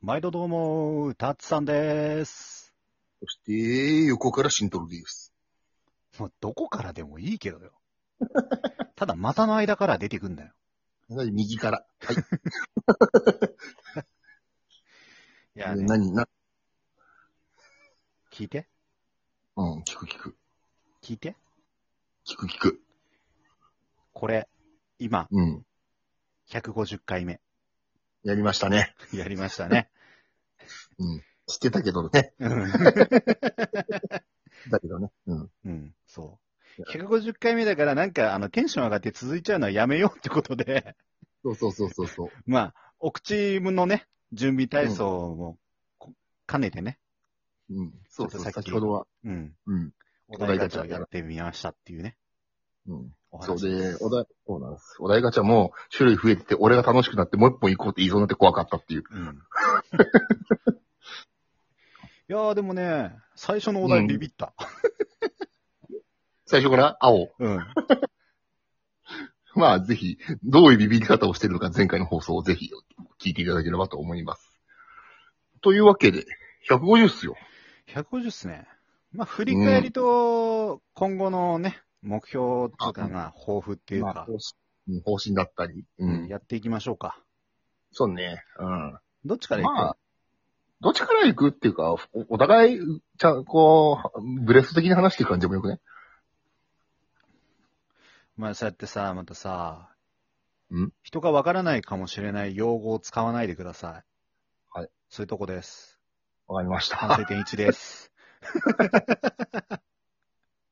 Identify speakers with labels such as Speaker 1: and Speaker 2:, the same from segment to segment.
Speaker 1: 毎度どうも、タッツさんです。
Speaker 2: そして、横から新トロです。
Speaker 1: もうどこからでもいいけどよ。 ただ股の間から出てくんだよ。
Speaker 2: はい右から。はい。
Speaker 1: い
Speaker 2: えー何な、
Speaker 1: 聞いて
Speaker 2: うん、聞く聞く。
Speaker 1: 聞いて
Speaker 2: 聞く聞く。
Speaker 1: これ、今、
Speaker 2: うん。
Speaker 1: 150回目
Speaker 2: やりましたね。
Speaker 1: やりました ね。
Speaker 2: 知ってたけどね。
Speaker 1: うん
Speaker 2: だけどね。うん。
Speaker 1: うん、そう。
Speaker 2: い
Speaker 1: 150回目だからなんかあのテンション上がって続いちゃうのはやめようってことで、
Speaker 2: そうそうそうそうそう。
Speaker 1: まあ、お口のね、準備体操もこ兼ねてね、
Speaker 2: うん。そうそう。
Speaker 1: ちょっとさっき
Speaker 2: 先ほどは、
Speaker 1: うん、
Speaker 2: うん。
Speaker 1: お題ガチャをやってみましたっていうね、
Speaker 2: うん。
Speaker 1: お
Speaker 2: そう
Speaker 1: 話
Speaker 2: で、お題、そうなんです。お題ガチャも種類増えてて、俺が楽しくなってもう一本行こうって言いそうになって怖かったっていう。
Speaker 1: うん。いやーでもね、最初のお題ビビった。
Speaker 2: 最初から青。
Speaker 1: うん。
Speaker 2: まあ、ぜひ、どういうビビり方をしてるのか前回の放送をぜひ聞いていただければと思います。というわけで、150っすよ。
Speaker 1: 150っすね。まあ、振り返りと、今後のね、目標とかが抱負っていう
Speaker 2: まあ
Speaker 1: か
Speaker 2: 方、針うん方針だったり。う
Speaker 1: うん
Speaker 2: ん。
Speaker 1: やっていきましょうか。
Speaker 2: そうね。うん。
Speaker 1: どっちからいく、
Speaker 2: まあ、どっちから行くっていうか、おお互い、ちゃん、こう、ブレス的に話していく感じもよくね。
Speaker 1: まあ、そうやってさ、またさ、
Speaker 2: ん
Speaker 1: 人がわからないかもしれない用語を使わないでください。
Speaker 2: はい。
Speaker 1: そういうとこです。
Speaker 2: わかりまし
Speaker 1: 反
Speaker 2: た。
Speaker 1: 省点1です。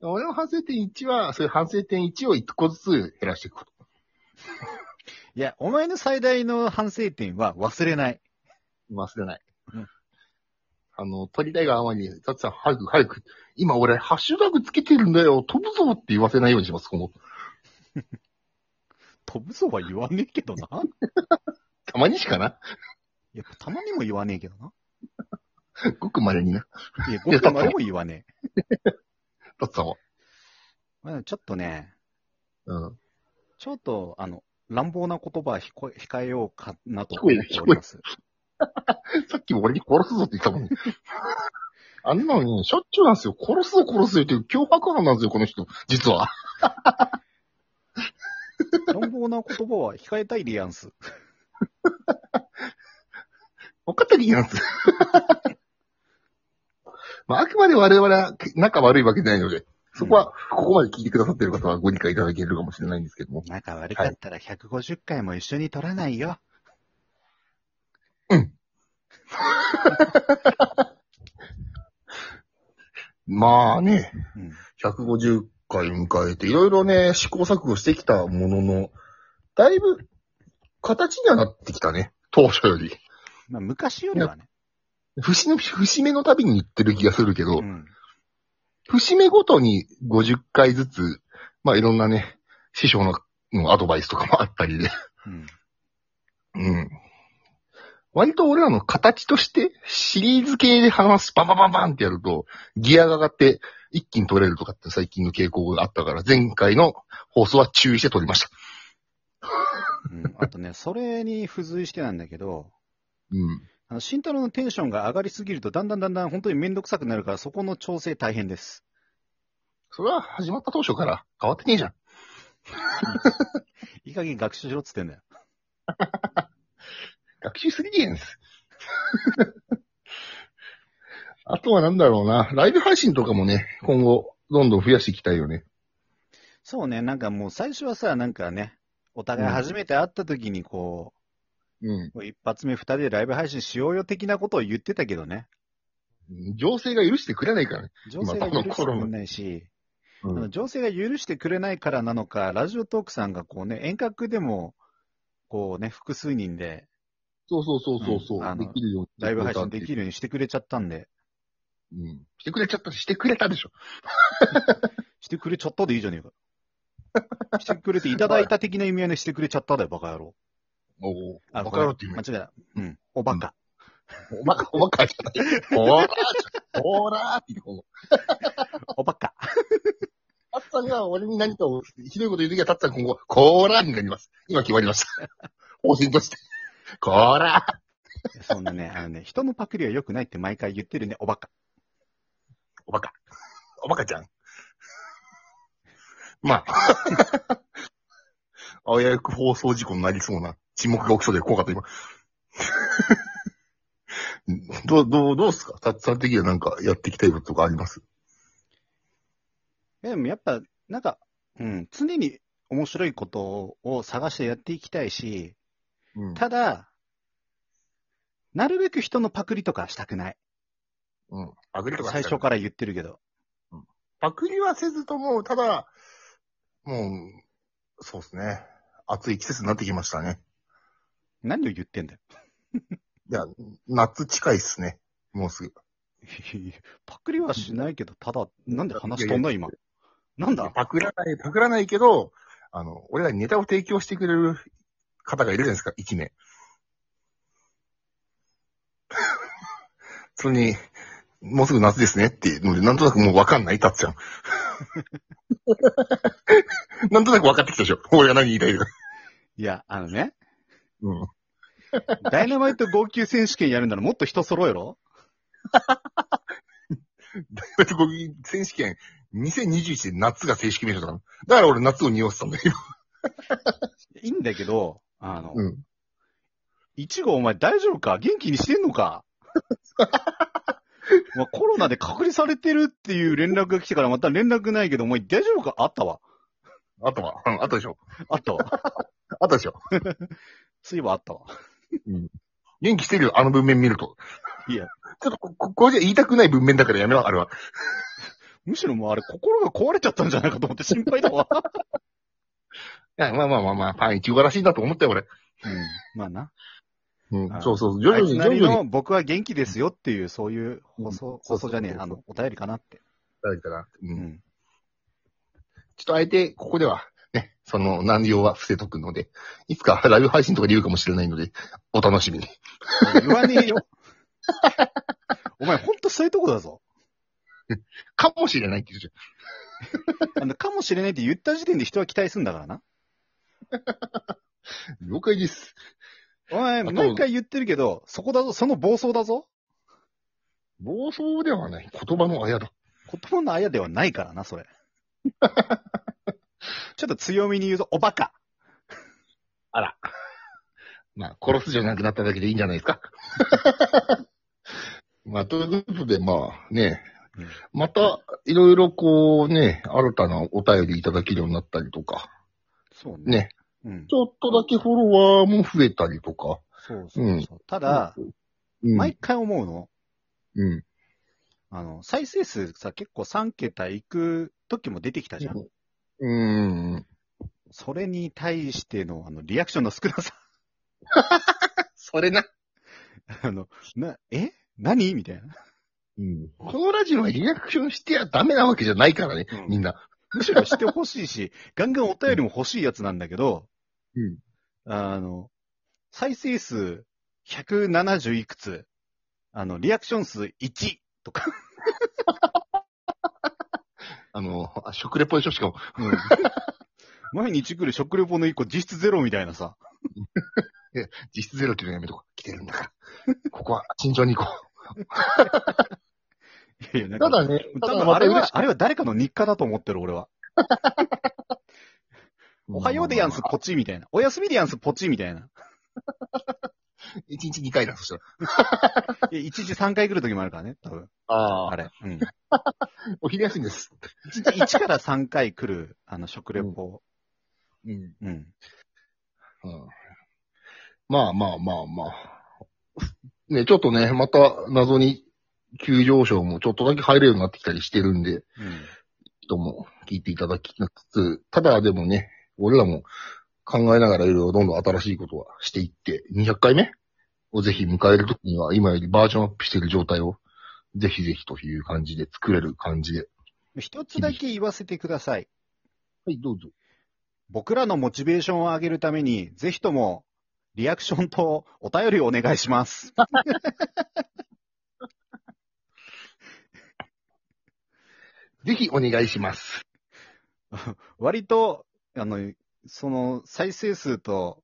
Speaker 2: 俺の反省点1は、そういう反省点1を一個ずつ減らしていくこと。
Speaker 1: いや、お前の最大の反省点は忘れない。
Speaker 2: 忘れない。
Speaker 1: うん
Speaker 2: あの、取りたいがあまり、ザッツさん、早く早く、今俺、ハッシュタグつけてるんだよ、飛ぶぞって言わせないようにします、この。
Speaker 1: 飛ぶぞは言わねえけどな。
Speaker 2: たまにしかな。
Speaker 1: いや、たまにも言わねえけどな。
Speaker 2: ごく稀にな。
Speaker 1: いや、ごくまでも言わねえ。
Speaker 2: ザッツさんは。
Speaker 1: まあ、ちょっとね、
Speaker 2: うん。
Speaker 1: ちょっと、あの、乱暴な言葉はひこ控えようかなと思っております。
Speaker 2: さっきも俺に殺すぞって言ったもんね。 あんなのに、しょっちゅうなんですよ。殺すぞ、殺すぞっていう脅迫犯なんですよ、この人。実は。
Speaker 1: 乱暴な言葉は控えたいでやんす。
Speaker 2: 分かったりなんです。 まあ、あくまで我々は仲悪いわけじゃないので、そこは、ここまで聞いてくださってる方はご理解いただけるかもしれないんですけども。
Speaker 1: 仲悪かったら150回も一緒に撮らないよ。
Speaker 2: まあね、
Speaker 1: うん。
Speaker 2: 150回迎えて、いろいろね、試行錯誤してきたものの、だいぶ、形にはなってきたね。当初より。
Speaker 1: まあ、昔よりはね。
Speaker 2: 節目、節目の度に言ってる気がするけど、
Speaker 1: うん。
Speaker 2: 節目ごとに50回ずつ、まあいろんなね、師匠のうんアドバイスとかもあったりで、
Speaker 1: うん。
Speaker 2: うん。割と俺らの形として、シリーズ系で話す、バンバンバンバンってやると、ギアが上がって、一気に取れるとかって最近の傾向があったから、前回の放送は注意して取りました。
Speaker 1: うん。あとね、それに付随してなんだけど、
Speaker 2: うん。
Speaker 1: あの、慎太郎のテンションが上がりすぎると、だんだんだんだん本当にめんどくさくなるから、そこの調整大変です。
Speaker 2: それは始まった当初から変わってねえじゃん。
Speaker 1: いい加減学習しろっつってんだよ。
Speaker 2: 学習すぎねえんです。 あとはなんだろうな。ライブ配信とかもね、今後、どんどん増やしていきたいよね。
Speaker 1: そうね、なんかもう最初はさ、なんかね、お互い初めて会った時にこ
Speaker 2: うん。
Speaker 1: う、一発目二人でライブ配信しようよ的なことを言ってたけどね。
Speaker 2: 情勢が許してくれないからね。
Speaker 1: 情勢が許してくれないし、
Speaker 2: う
Speaker 1: あの
Speaker 2: ん。
Speaker 1: 情勢が許してくれないからなのか、ラジオトークさんがこうね、遠隔でも、こうね、複数人で
Speaker 2: そうそうそうそうそう、
Speaker 1: うんあの
Speaker 2: できるように。
Speaker 1: ライブ配信でき
Speaker 2: る。
Speaker 1: るようにしてくれちゃったんで、
Speaker 2: うん。してくれちゃった、してくれたでしょ。
Speaker 1: してくれちゃったでいいじゃね えか。してくれていただいた的な意味合いでしてくれちゃっただよ、バカ野郎。
Speaker 2: おお。
Speaker 1: あ
Speaker 2: バカ野郎って言う
Speaker 1: 間違えた。うん、おバカ。
Speaker 2: おまか、おまかじゃない。おらーおらーって言う。
Speaker 1: おバカ。
Speaker 2: タッツさんが俺に何かをひどいこと言うときは、タッツさん今後、 こーらーになります。今決まりました。方針として。こーらー。
Speaker 1: そんなね、あのね、人のパクリは良くないって毎回言ってるね、おバカ。
Speaker 2: おバカ。おバカちゃん。 まあ。 危うく放送事故になりそうな沈黙が起きそうで怖かった、今。 どう、どう、どうっすかたっさん的にはなんかやっていきたいこととかあります
Speaker 1: でもやっぱ、なんか、うん、常に面白いことを探してやっていきたいし、
Speaker 2: うん
Speaker 1: ただ、なるべく人のパクリとかはしたくない。
Speaker 2: うん。パクリとか
Speaker 1: 最初から言ってるけど。
Speaker 2: パクリはせずとも、ただ、もう、そうですね。暑い季節になってきましたね。
Speaker 1: 何を言ってんだよ。
Speaker 2: いや、夏近いっすね。もうすぐ。
Speaker 1: パクリはしないけど、ただ、なんで話飛んだ今。なんだ
Speaker 2: パクらない、パクらないけど、あの、俺らにネタを提供してくれる方がいるじゃないですか、一名。 それに、もうすぐ夏ですねっていうので、なんとなくもうわかんないたっちゃん。 なんとなく分かってきたでしょ。俺が何言いたいか。
Speaker 1: いや、あのね、
Speaker 2: うん。
Speaker 1: ダイナマイト号泣選手権やるならもっと人揃えろ
Speaker 2: だってこれ選手権、2021で夏が正式名称だから。だから俺夏を匂わせたんだよ。
Speaker 1: いいんだけど、あの、
Speaker 2: うん。
Speaker 1: 一号お前大丈夫か元気にしてんのか まあコロナで隔離されてるっていう連絡が来てからまた連絡ないけど、お前大丈夫かあったわ。
Speaker 2: あとは、うんあとでしょ。
Speaker 1: あったわ。
Speaker 2: あとでしょ。
Speaker 1: そういえばあったわ。
Speaker 2: 元気してるよ、あの文面見ると。
Speaker 1: いや。
Speaker 2: ちょっとこ、ここれじゃ言いたくない文面だからやめろ、あれは。
Speaker 1: むしろもうあれ心が壊れちゃったんじゃないかと思って心配だわ。
Speaker 2: いや、まあまあまあまあ、ファン一号らしいなと思ったよ、俺。
Speaker 1: うん。まあな。
Speaker 2: う
Speaker 1: あ
Speaker 2: ん、
Speaker 1: あ
Speaker 2: そうそう、徐
Speaker 1: あ
Speaker 2: 々
Speaker 1: いつ
Speaker 2: に、
Speaker 1: なり
Speaker 2: 徐々に。
Speaker 1: の僕は元気ですよっていう、そういう放送、
Speaker 2: そ
Speaker 1: 放
Speaker 2: うそうそう
Speaker 1: 送じゃねえ、あの、お便りかなって。
Speaker 2: だから、う。
Speaker 1: うんん。
Speaker 2: ちょっとあえて、ここでは、ね、その内容は伏せとくので、いつかライブ配信とかで言うかもしれないので、お楽しみに。
Speaker 1: 言わねえよ。お前ほんとそういうとこだぞ。
Speaker 2: かもしれないって言うじ
Speaker 1: あの、かもしれないって言った時点で人は期待すんだからな。
Speaker 2: ゃん。了解です。
Speaker 1: お前、
Speaker 2: あと
Speaker 1: 毎回言ってるけど、そこだぞ、その暴走だぞ。
Speaker 2: 暴走ではない。言葉のあやだ。
Speaker 1: 言葉のあやではないからな、そ れ。ちょっと強みに言うぞ、おバカ。
Speaker 2: まあ、殺すじゃなくなっただけでいいんじゃないです か。まあ、ということで、まあね
Speaker 1: うん、
Speaker 2: また、いろいろこうね、新たなお便りいただけるようになったりとか、
Speaker 1: そうね。
Speaker 2: ね、
Speaker 1: うん。
Speaker 2: ちょっとだけフォロワーも増えたりとか。
Speaker 1: そうそうそう。ただ、
Speaker 2: うん、
Speaker 1: 毎回思うの、
Speaker 2: うん。
Speaker 1: あの、再生数さ、結構3桁いく時も出てきたじゃん。
Speaker 2: うん。
Speaker 1: それに対しての、あの、リアクションの少なさ。
Speaker 2: それな。
Speaker 1: あの、な、え何みたいな。
Speaker 2: うん。このラジオはリアクションしてはダメなわけじゃないからね、
Speaker 1: うん
Speaker 2: みんな。
Speaker 1: むしろしてほしいし、 ガンガンお便りも欲しいやつなんだけど、
Speaker 2: うん。
Speaker 1: あの、再生数170いくつ、あの、リアクション数1とか、
Speaker 2: あの、あ食レポでしょしかも。
Speaker 1: 毎日来る食レポの1個実質ゼロみたいなさ、
Speaker 2: 実質ゼロっていうのやめとこう。来てるんだから。ここは慎重に行こ
Speaker 1: いやいやな
Speaker 2: う。た
Speaker 1: んか
Speaker 2: だね、
Speaker 1: 多
Speaker 2: た
Speaker 1: 分
Speaker 2: だま
Speaker 1: あ
Speaker 2: た
Speaker 1: れ
Speaker 2: 嬉し
Speaker 1: は、あれは誰かの日課だと思ってる、俺は。おはようでやんす、ポチみたいな。おやすみでやんす、ポチみたいな。
Speaker 2: 一日二回だ、そしたら。
Speaker 1: いや1時3回来る時もあるからね、多分。
Speaker 2: あ
Speaker 1: あ
Speaker 2: あ、
Speaker 1: れ。うん。
Speaker 2: お昼休みです。
Speaker 1: 1, 1から3回来る、あの、食レポ。
Speaker 2: うん。
Speaker 1: うん。
Speaker 2: まあまあまあまあ。ね、ちょっとね、また謎に急上昇もちょっとだけ入れるようになってきたりしてるんで、
Speaker 1: うん。
Speaker 2: 人も聞いていただきつつ、ただでもね、俺らも考えながらいろいろどんどん新しいことはしていって、200回目をぜひ迎えるときには、今よりバージョンアップしている状態を、ぜひぜひという感じで作れる感じで。
Speaker 1: 一つだけ言わせてください。
Speaker 2: はい、どうぞ。
Speaker 1: 僕らのモチベーションを上げるために、ぜひとも、リアクションとお便りをお願いします。
Speaker 2: ぜひお願いします。
Speaker 1: 割と、あの、その、再生数と、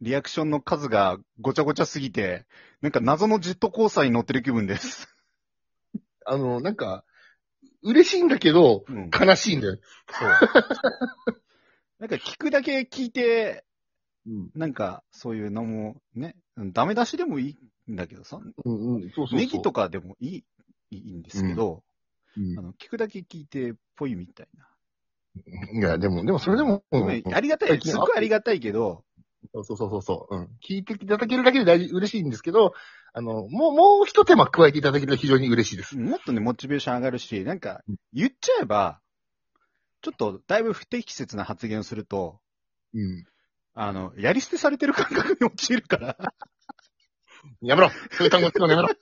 Speaker 1: リアクションの数がごちゃごちゃすぎて、なんか謎のジェットコースターに乗ってる気分です。
Speaker 2: あの、なんか、嬉しいんだけど、
Speaker 1: うん。
Speaker 2: 悲しいんだよ。
Speaker 1: そう。なんか聞くだけ聞いて、
Speaker 2: うん。
Speaker 1: なんかそういうのもね、うんダメ出しでもいいんだけどさ、
Speaker 2: うんうん。そうそうそう。
Speaker 1: ネギとかでもいい、いいんですけど、
Speaker 2: うん
Speaker 1: あの、聞くだけ聞いて、ぽいみたいな。
Speaker 2: いや、でも、でもそれでも、うんうん
Speaker 1: ありがた
Speaker 2: 最
Speaker 1: い、
Speaker 2: 近
Speaker 1: すっごいありがたいけど、
Speaker 2: そうそうそうそう。うん。聞いていただけるだけで大事嬉しいんですけど、あの、もう、もう一手間加えていただけると非常に嬉しいです。
Speaker 1: もっとね、モチベーション上がるし、なんか、言っちゃえば、ちょっと、だいぶ不適切な発言をすると、
Speaker 2: うん。
Speaker 1: あの、やり捨てされてる感覚に陥るから。
Speaker 2: やめろそういう単語使うのやめ ろ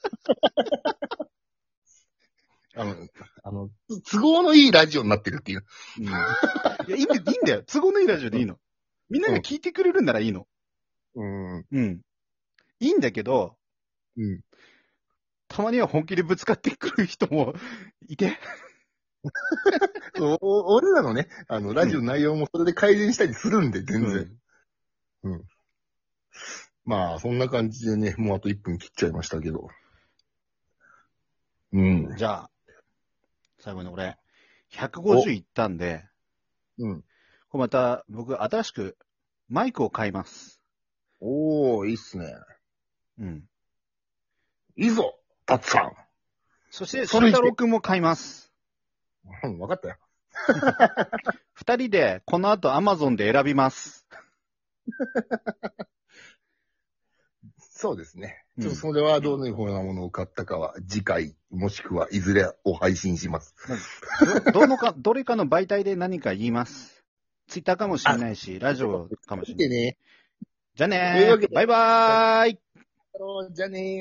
Speaker 2: あの、あの、都合のいいラジオになってるっていう。
Speaker 1: うん、 いや、いいんだいいんだよ。都合のいいラジオでいいの。みんなが聞いてくれるんならいいの。
Speaker 2: うん。
Speaker 1: うん。いいんだけど、
Speaker 2: うん。
Speaker 1: たまには本気でぶつかってくる人もいて、
Speaker 2: おお俺らのね、あの、ラジオの内容もそれで改善したりするんで、全然。
Speaker 1: うん
Speaker 2: まあ、そんな感じでね、もうあと1分切っちゃいましたけど。うん。
Speaker 1: じゃあ、最後に俺、150いったんで、
Speaker 2: うん。
Speaker 1: これまた僕、新しくマイクを買います。
Speaker 2: おー、いいっすね。
Speaker 1: うん。
Speaker 2: いいぞ、タッツさん。
Speaker 1: そして、
Speaker 2: そ
Speaker 1: 慎
Speaker 2: れいいね
Speaker 1: 太郎くんも買います。
Speaker 2: うん、わかったよ。
Speaker 1: 二人で、この後 Amazon で選びます。
Speaker 2: そうですね。
Speaker 1: うん
Speaker 2: ちょっとそれはどのようなものを買ったかは、次回、もしくはいずれを配信します。
Speaker 1: どどのか、 どれかの媒体で何か言います。ツイッターかもしれないし、ラジオかもしれ
Speaker 2: 見
Speaker 1: な
Speaker 2: て
Speaker 1: い。
Speaker 2: ね。
Speaker 1: じゃあ
Speaker 2: という
Speaker 1: ね
Speaker 2: わけ
Speaker 1: ー
Speaker 2: で
Speaker 1: バイバーイ
Speaker 2: じゃあねー。